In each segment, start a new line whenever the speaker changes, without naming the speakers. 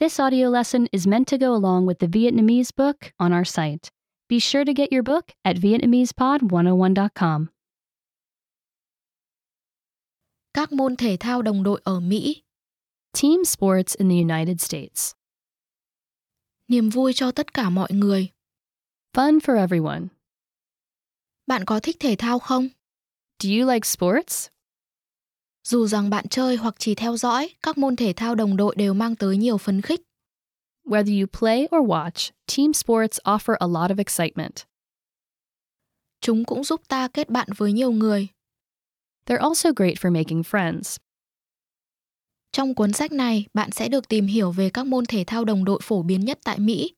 This audio lesson is meant to go along with the Vietnamese book on our site. Be sure to get your book at VietnamesePod101.com.
Các môn thể thao đồng đội ở Mỹ,
Team sports in the United States.
niềm vui cho tất cả mọi người.
Fun for everyone.
Bạn có thích thể thao không?
Do you like sports?
Dù rằng bạn chơi hoặc chỉ theo dõi, các môn thể thao đồng đội đều mang tới nhiều phấn khích.
Whether you play or watch, team sports offer a lot of excitement.
Chúng cũng giúp ta kết bạn với nhiều người.
They're also great for making friends.
Trong cuốn sách này, bạn sẽ được tìm hiểu về các môn thể thao đồng đội phổ biến nhất tại Mỹ.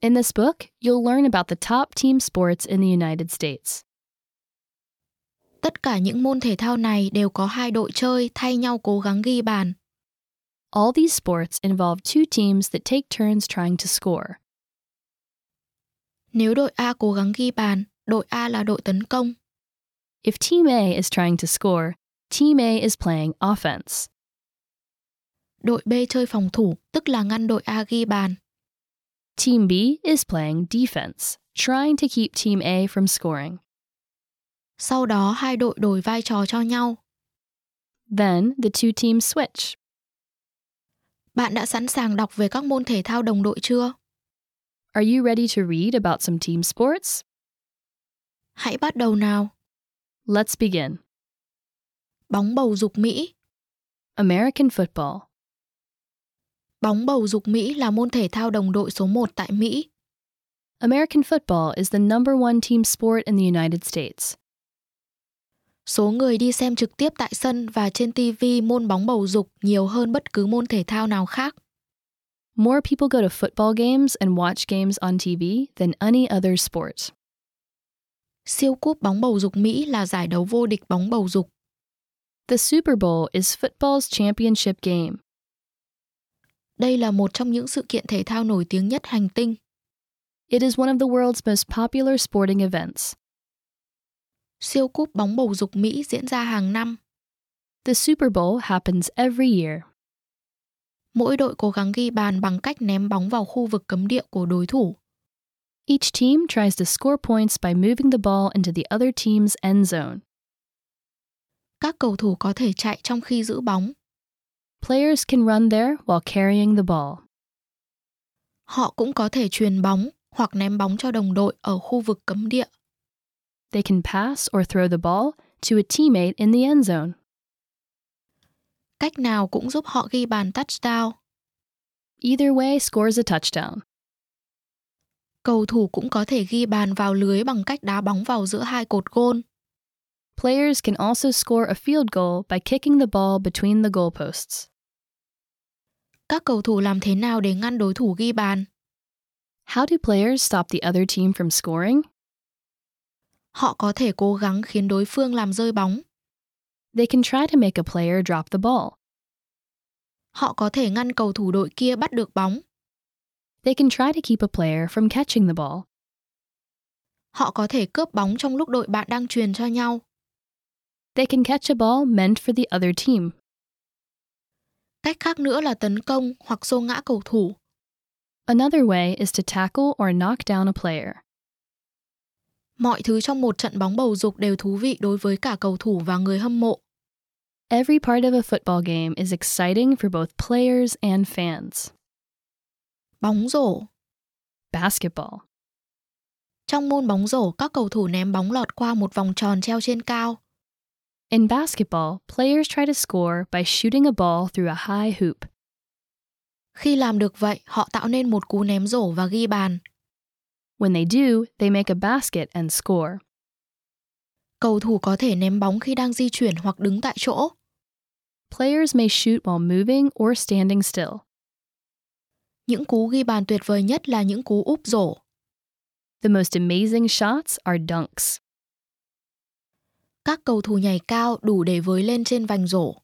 In this book, you'll learn about the top team sports in the United States.
Tất cả những môn thể thao này đều có hai đội chơi thay nhau cố gắng ghi bàn.
All these sports involve two teams that take turns trying to score.
Nếu đội A cố gắng ghi bàn, đội A là đội tấn công.
If Team A is trying to score, Team A is playing offense.
Đội B chơi phòng thủ, tức là ngăn đội A ghi bàn.
Team B is playing defense, trying to keep Team A from scoring.
Sau đó hai đội đổi vai trò cho nhau.
Then the two teams switch.
Bạn đã sẵn sàng đọc về các môn thể thao đồng đội chưa?
Are you ready to read about some team sports?
Hãy bắt đầu nào.
Let's begin.
Bóng bầu dục Mỹ.
American football.
Bóng bầu dục Mỹ là môn thể thao đồng đội số 1 tại Mỹ.
American football is the number one team sport in the United States.
Số người đi xem trực tiếp tại sân và trên TV môn bóng bầu dục nhiều hơn bất cứ môn thể thao nào khác.
More people go to football games and watch games on TV than any other sport.
Siêu cúp bóng bầu dục Mỹ là giải đấu vô địch bóng bầu dục.
The Super Bowl is football's championship game.
Đây là một trong những sự kiện thể thao nổi tiếng nhất hành tinh.
It is one of the world's most popular sporting events.
Siêu cúp bóng bầu dục Mỹ diễn ra hàng năm.
The Super Bowl happens every year.
Mỗi đội cố gắng ghi bàn bằng cách ném bóng vào khu vực cấm địa của đối thủ.
Each team tries to score points by moving the ball into the other team's end zone.
Các cầu thủ có thể chạy trong khi giữ bóng.
Players can run there while carrying the ball.
Họ cũng có thể truyền bóng hoặc ném bóng cho đồng đội ở khu vực cấm địa.
They can pass or throw the ball to a teammate in the end zone.
Cách nào cũng giúp họ ghi bàn touchdown.
Either way scores a touchdown.
Cầu thủ cũng có thể ghi bàn vào lưới bằng cách đá bóng vào giữa hai cột gôn.
Players can also score a field goal by kicking the ball between the goalposts.
Các cầu thủ làm thế nào để ngăn đối thủ ghi bàn?
How do players stop the other team from scoring?
Họ có thể cố gắng khiến đối phương làm rơi bóng.
They can try to make a player drop the ball.
Họ có thể ngăn cầu thủ đội kia bắt được bóng.
They can try to keep a player from catching the ball.
Họ có thể cướp bóng trong lúc đội bạn đang truyền cho nhau.
They can catch a ball meant for the other team.
Cách khác nữa là tấn công hoặc xô ngã cầu thủ.
Another way is to tackle or knock down a player.
Mọi thứ trong một trận bóng bầu dục đều thú vị đối với cả cầu thủ và người hâm mộ.
Every part of a football game is exciting for both players and fans.
Bóng rổ.
Basketball.
Trong môn bóng rổ, các cầu thủ ném bóng lọt qua một vòng tròn treo trên cao.
In basketball, players try to score by shooting a ball through a high hoop.
Khi làm được vậy, họ tạo nên một cú ném rổ và ghi bàn.
When they do, they make a basket and score.
Cầu thủ có thể ném bóng khi đang di chuyển hoặc đứng tại chỗ.
Players may shoot while moving or standing still.
Những cú ghi bàn tuyệt vời nhất là những cú úp rổ.
The most amazing shots are dunks.
Các cầu thủ nhảy cao đủ để với lên trên vành rổ.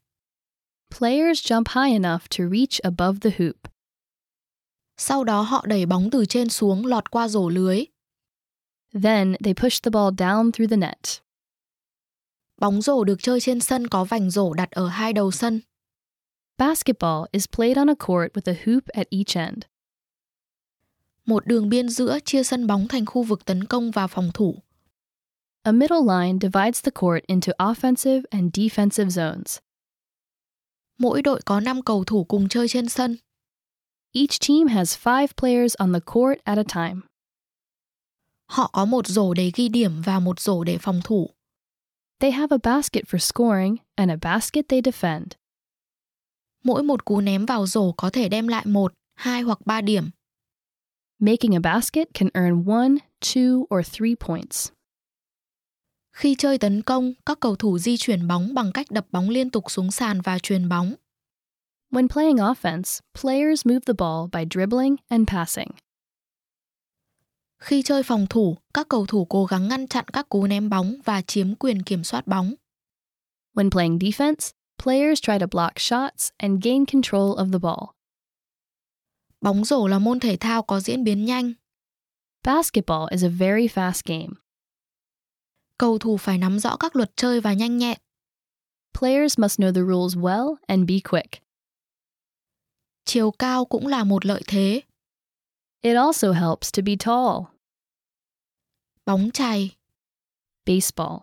Players jump high enough to reach above the hoop.
Sau đó họ đẩy bóng từ trên xuống lọt qua rổ lưới.
Then they push the ball down through the net.
Bóng rổ được chơi trên sân có vành rổ đặt ở hai đầu sân.
Basketball is played on a court with a hoop at each end.
Một đường biên giữa chia sân bóng thành khu vực tấn công và phòng thủ.
A middle line divides the court into offensive and defensive zones.
Mỗi đội có 5 cầu thủ cùng chơi trên sân.
Each team has five players on the court at a time.
Họ có một rổ để ghi điểm và một rổ để phòng thủ.
They have a basket for scoring and a basket they defend.
Mỗi một cú ném vào rổ có thể đem lại một, hai hoặc ba điểm.
Making a basket can earn one, two, or three points.
Khi chơi tấn công, các cầu thủ di chuyển bóng bằng cách đập bóng liên tục xuống sàn và truyền bóng.
When playing offense, players move the ball by dribbling and passing.
Khi chơi phòng thủ, các cầu thủ cố gắng ngăn chặn các cú ném bóng và chiếm quyền kiểm soát bóng.
When playing defense, players try to block shots and gain control of the ball.
Bóng rổ là môn thể thao có diễn biến nhanh,
Basketball is a very fast game.
cầu thủ phải nắm rõ các luật chơi và nhanh nhẹn.
Players must know the rules well and be quick.
Chiều cao cũng là một lợi thế.
It also helps to be tall.
Bóng chày,
Baseball.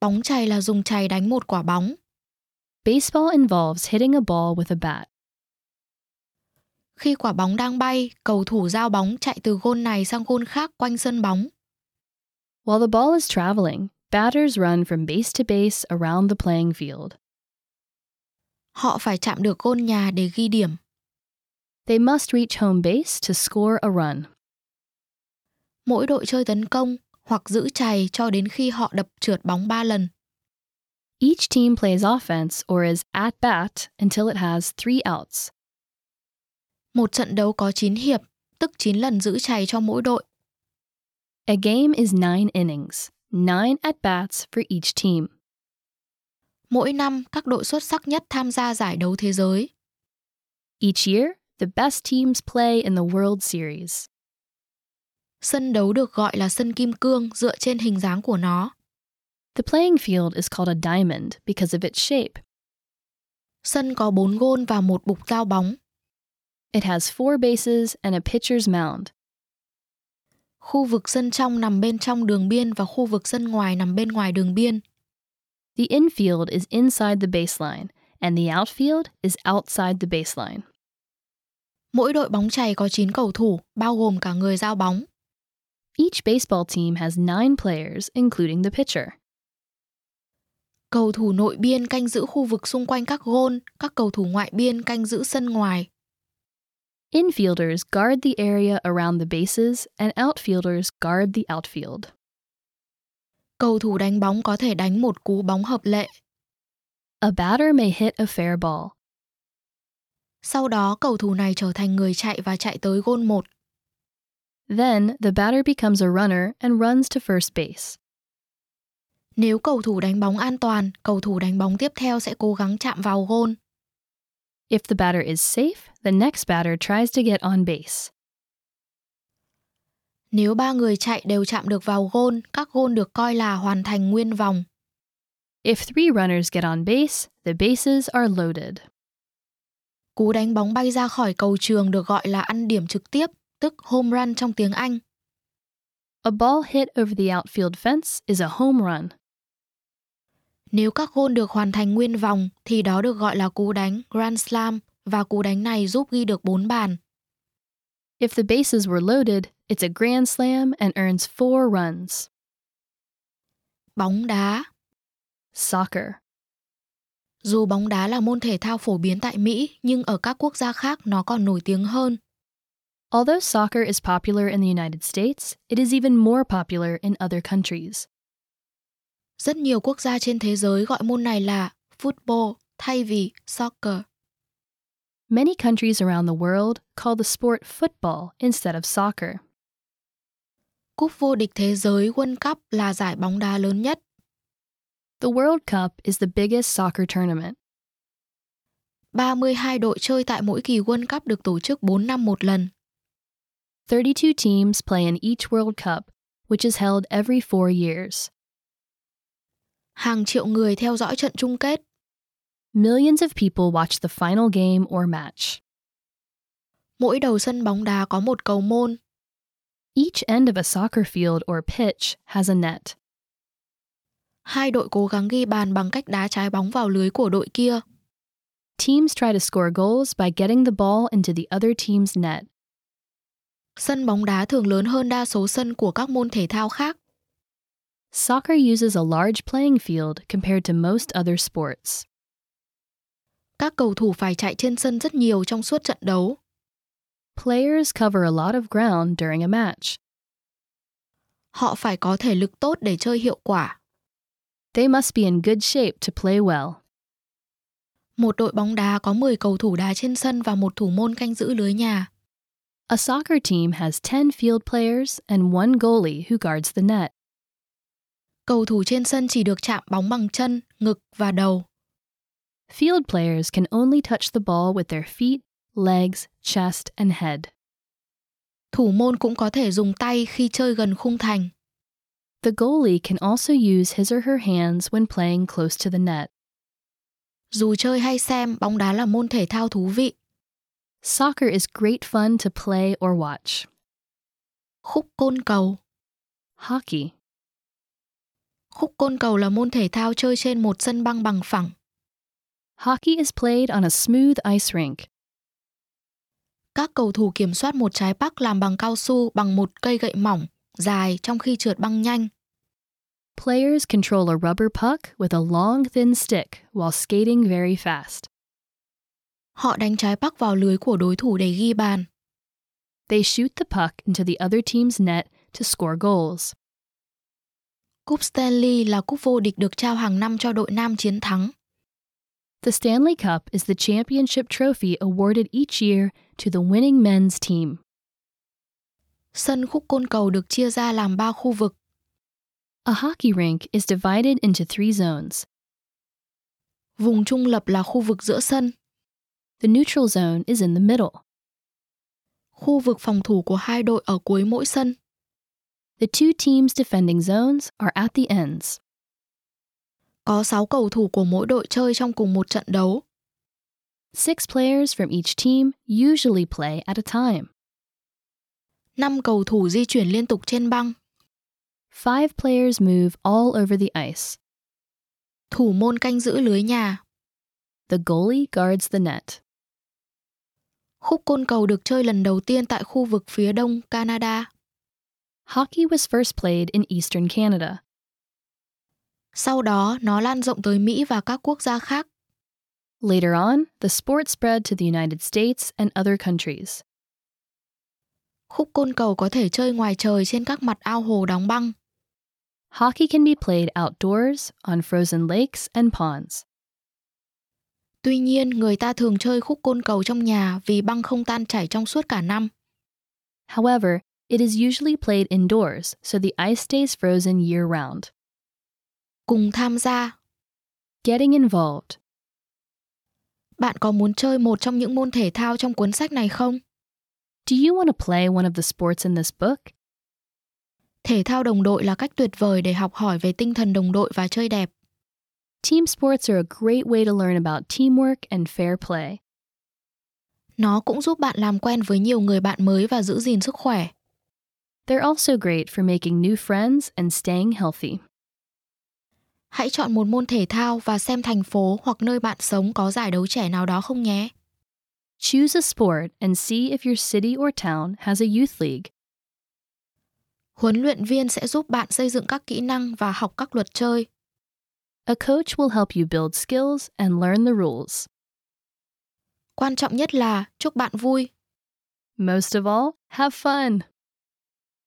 bóng chày là dùng chày đánh một quả bóng.
Baseball involves hitting a ball with a bat.
Khi quả bóng đang bay, cầu thủ giao bóng chạy từ gôn này sang gôn khác quanh sân bóng.
While the ball is traveling, batters run from base to base around the playing field.
Họ phải chạm được gôn nhà để ghi điểm.
They must reach home base to score a run.
Mỗi đội chơi tấn công hoặc giữ chày cho đến khi họ đập trượt bóng 3 lần.
Each team plays offense or is at bat until it has three outs.
Một trận đấu có 9 hiệp, tức 9 lần giữ chày cho mỗi đội.
A game is nine innings, nine at bats for each team.
Mỗi năm, các đội xuất sắc nhất tham gia giải đấu thế giới.
Each year, the best teams play in the World Series.
Sân đấu được gọi là sân kim cương dựa trên hình dáng của nó.
The playing field is called a diamond because of its shape.
Sân có 4 gôn và một bục giao bóng.
It has four bases and a pitcher's mound.
Khu vực sân trong nằm bên trong đường biên và khu vực sân ngoài nằm bên ngoài đường biên.
The infield is inside the baseline, and the outfield is outside the baseline.
Mỗi đội bóng chày có 9 cầu thủ, bao gồm cả người giao bóng.
Each baseball team has nine players, including the pitcher.
Cầu thủ nội biên canh giữ khu vực xung quanh các gôn, các cầu thủ ngoại biên canh giữ sân ngoài.
Infielders guard the area around the bases, and outfielders guard the outfield.
Cầu thủ đánh bóng có thể đánh một cú bóng hợp lệ.
A batter may hit a fair ball.
Sau đó cầu thủ này trở thành người chạy và chạy tới gôn 1.
Then the batter becomes a runner and runs to first base.
Nếu cầu thủ đánh bóng an toàn, cầu thủ đánh bóng tiếp theo sẽ cố gắng chạm vào gôn.
If the batter is safe, the next batter tries to get on base.
Nếu ba người chạy đều chạm được vào gôn, các gôn được coi là hoàn thành nguyên vòng.
If three runners get on base, the bases are loaded.
Cú đánh bóng bay ra khỏi cầu trường được gọi là ăn điểm trực tiếp, tức home run trong tiếng Anh.
A ball hit over the outfield fence is a home run.
Nếu các gôn được hoàn thành nguyên vòng thì đó được gọi là cú đánh grand slam và cú đánh này giúp ghi được 4 bàn.
If the bases were loaded, it's a grand slam and earns four runs.
Bóng đá
Soccer.
Dù bóng đá là môn thể thao phổ biến tại Mỹ, nhưng ở các quốc gia khác nó còn nổi tiếng hơn.
Although soccer is popular in the United States, it is even more popular in other countries.
Rất nhiều quốc gia trên thế giới gọi môn này là football thay vì soccer.
Many countries around the world call the sport football instead of soccer.
Cúp vô địch thế giới World Cup là giải bóng đá lớn nhất.
The World Cup is the biggest soccer tournament.
32 đội chơi tại mỗi kỳ World Cup được tổ chức 4 năm một lần.
32 teams play in each World Cup, which is held every four years.
Hàng triệu người theo dõi trận chung kết.
Millions of people watch the final game or match.
Mỗi đầu sân bóng đá có một cầu môn,
Each end of a soccer field or pitch has a net.
hai đội cố gắng ghi bàn bằng cách đá trái bóng vào lưới của đội kia.
Teams try to score goals by getting the ball into the other team's net.
Sân bóng đá thường lớn hơn đa số sân của các môn thể thao khác.
Soccer uses a large playing field compared to most other sports.
Các cầu thủ phải chạy trên sân rất nhiều trong suốt trận đấu.
Players cover a lot of ground during a match.
Họ phải có thể lực tốt để chơi hiệu quả.
They must be in good shape to play well.
Một đội bóng đá có 10 cầu thủ đá trên sân và một thủ môn canh giữ lưới nhà.
A soccer team has 10 field players and one goalie who guards the net.
Cầu thủ trên sân chỉ được chạm bóng bằng chân, ngực và đầu.
Field players can only touch the ball with their feet, legs, chest, and head.
Thủ môn cũng có thể dùng tay khi chơi gần khung thành.
The goalie can also use his or her hands when playing close to the net.
Dù chơi hay xem, bóng đá là môn thể thao thú vị.
Soccer is great fun to play or watch.
Khúc côn cầu
Hockey.
Khúc côn cầu là môn thể thao chơi trên một sân băng bằng phẳng.
Hockey is played on a smooth ice rink.
Các cầu thủ kiểm soát một trái bắc làm bằng cao su bằng một cây gậy mỏng, dài trong khi trượt băng nhanh.
Players control a rubber puck with a long, thin stick while skating very fast.
Họ đánh trái bắc vào lưới của đối thủ để ghi bàn.
They shoot the puck into the other team's net to score goals.
Cúp Stanley là cúp vô địch được trao hàng năm cho đội nam chiến thắng.
The Stanley Cup is the championship trophy awarded each year to the winning men's team.
Sân khúc côn cầu được chia ra làm 3 khu vực.
A hockey rink is divided into three zones.
Vùng trung lập là khu vực giữa sân,
The neutral zone is in the middle.
khu vực phòng thủ của hai đội ở cuối mỗi sân.
The two teams' defending zones are at the ends.
Có 6 cầu thủ của mỗi đội chơi trong cùng một trận đấu.
Six players from each team usually play at a time.
5 cầu thủ di chuyển liên tục trên băng.
Five players move all over the ice.
Thủ môn canh giữ lưới nhà.
The goalie guards the net.
Khúc côn cầu được chơi lần đầu tiên tại khu vực phía đông Canada.
Hockey was first played in eastern Canada.
Sau đó, nó lan rộng tới Mỹ và các quốc gia khác.
Later on, the sport spread to the United States and other countries.
Khúc côn cầu có thể chơi ngoài trời trên các mặt ao hồ đóng băng.
Hockey can be played outdoors, on frozen lakes and ponds.
Tuy nhiên, người ta thường chơi khúc côn cầu trong nhà vì băng không tan chảy trong suốt cả năm.
However, it is usually played indoors, so the ice stays frozen year round.
Cùng tham gia,
Getting involved.
bạn có muốn chơi một trong những môn thể thao trong cuốn sách này không?
Do you want to play one of the sports in this book?
Thể thao đồng đội là cách tuyệt vời để học hỏi về tinh thần đồng đội và chơi đẹp.
Team sports are a great way to learn about teamwork and fair play.
Nó cũng giúp bạn làm quen với nhiều người bạn mới và giữ gìn sức khỏe.
They're also great for making new friends and staying healthy.
Hãy chọn một môn thể thao và xem thành phố hoặc nơi bạn sống có giải đấu trẻ nào đó không nhé.
Choose a sport and see if your city or town has a youth league.
Huấn luyện viên sẽ giúp bạn xây dựng các kỹ năng và học các luật chơi.
A coach will help you build skills and learn the rules.
Quan trọng nhất là chúc bạn vui.
Most of all, have fun.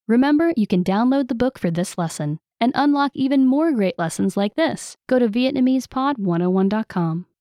Remember, you can download the book for this oh lesson and unlock even more great lessons like this. Go to VietnamesePod101.com.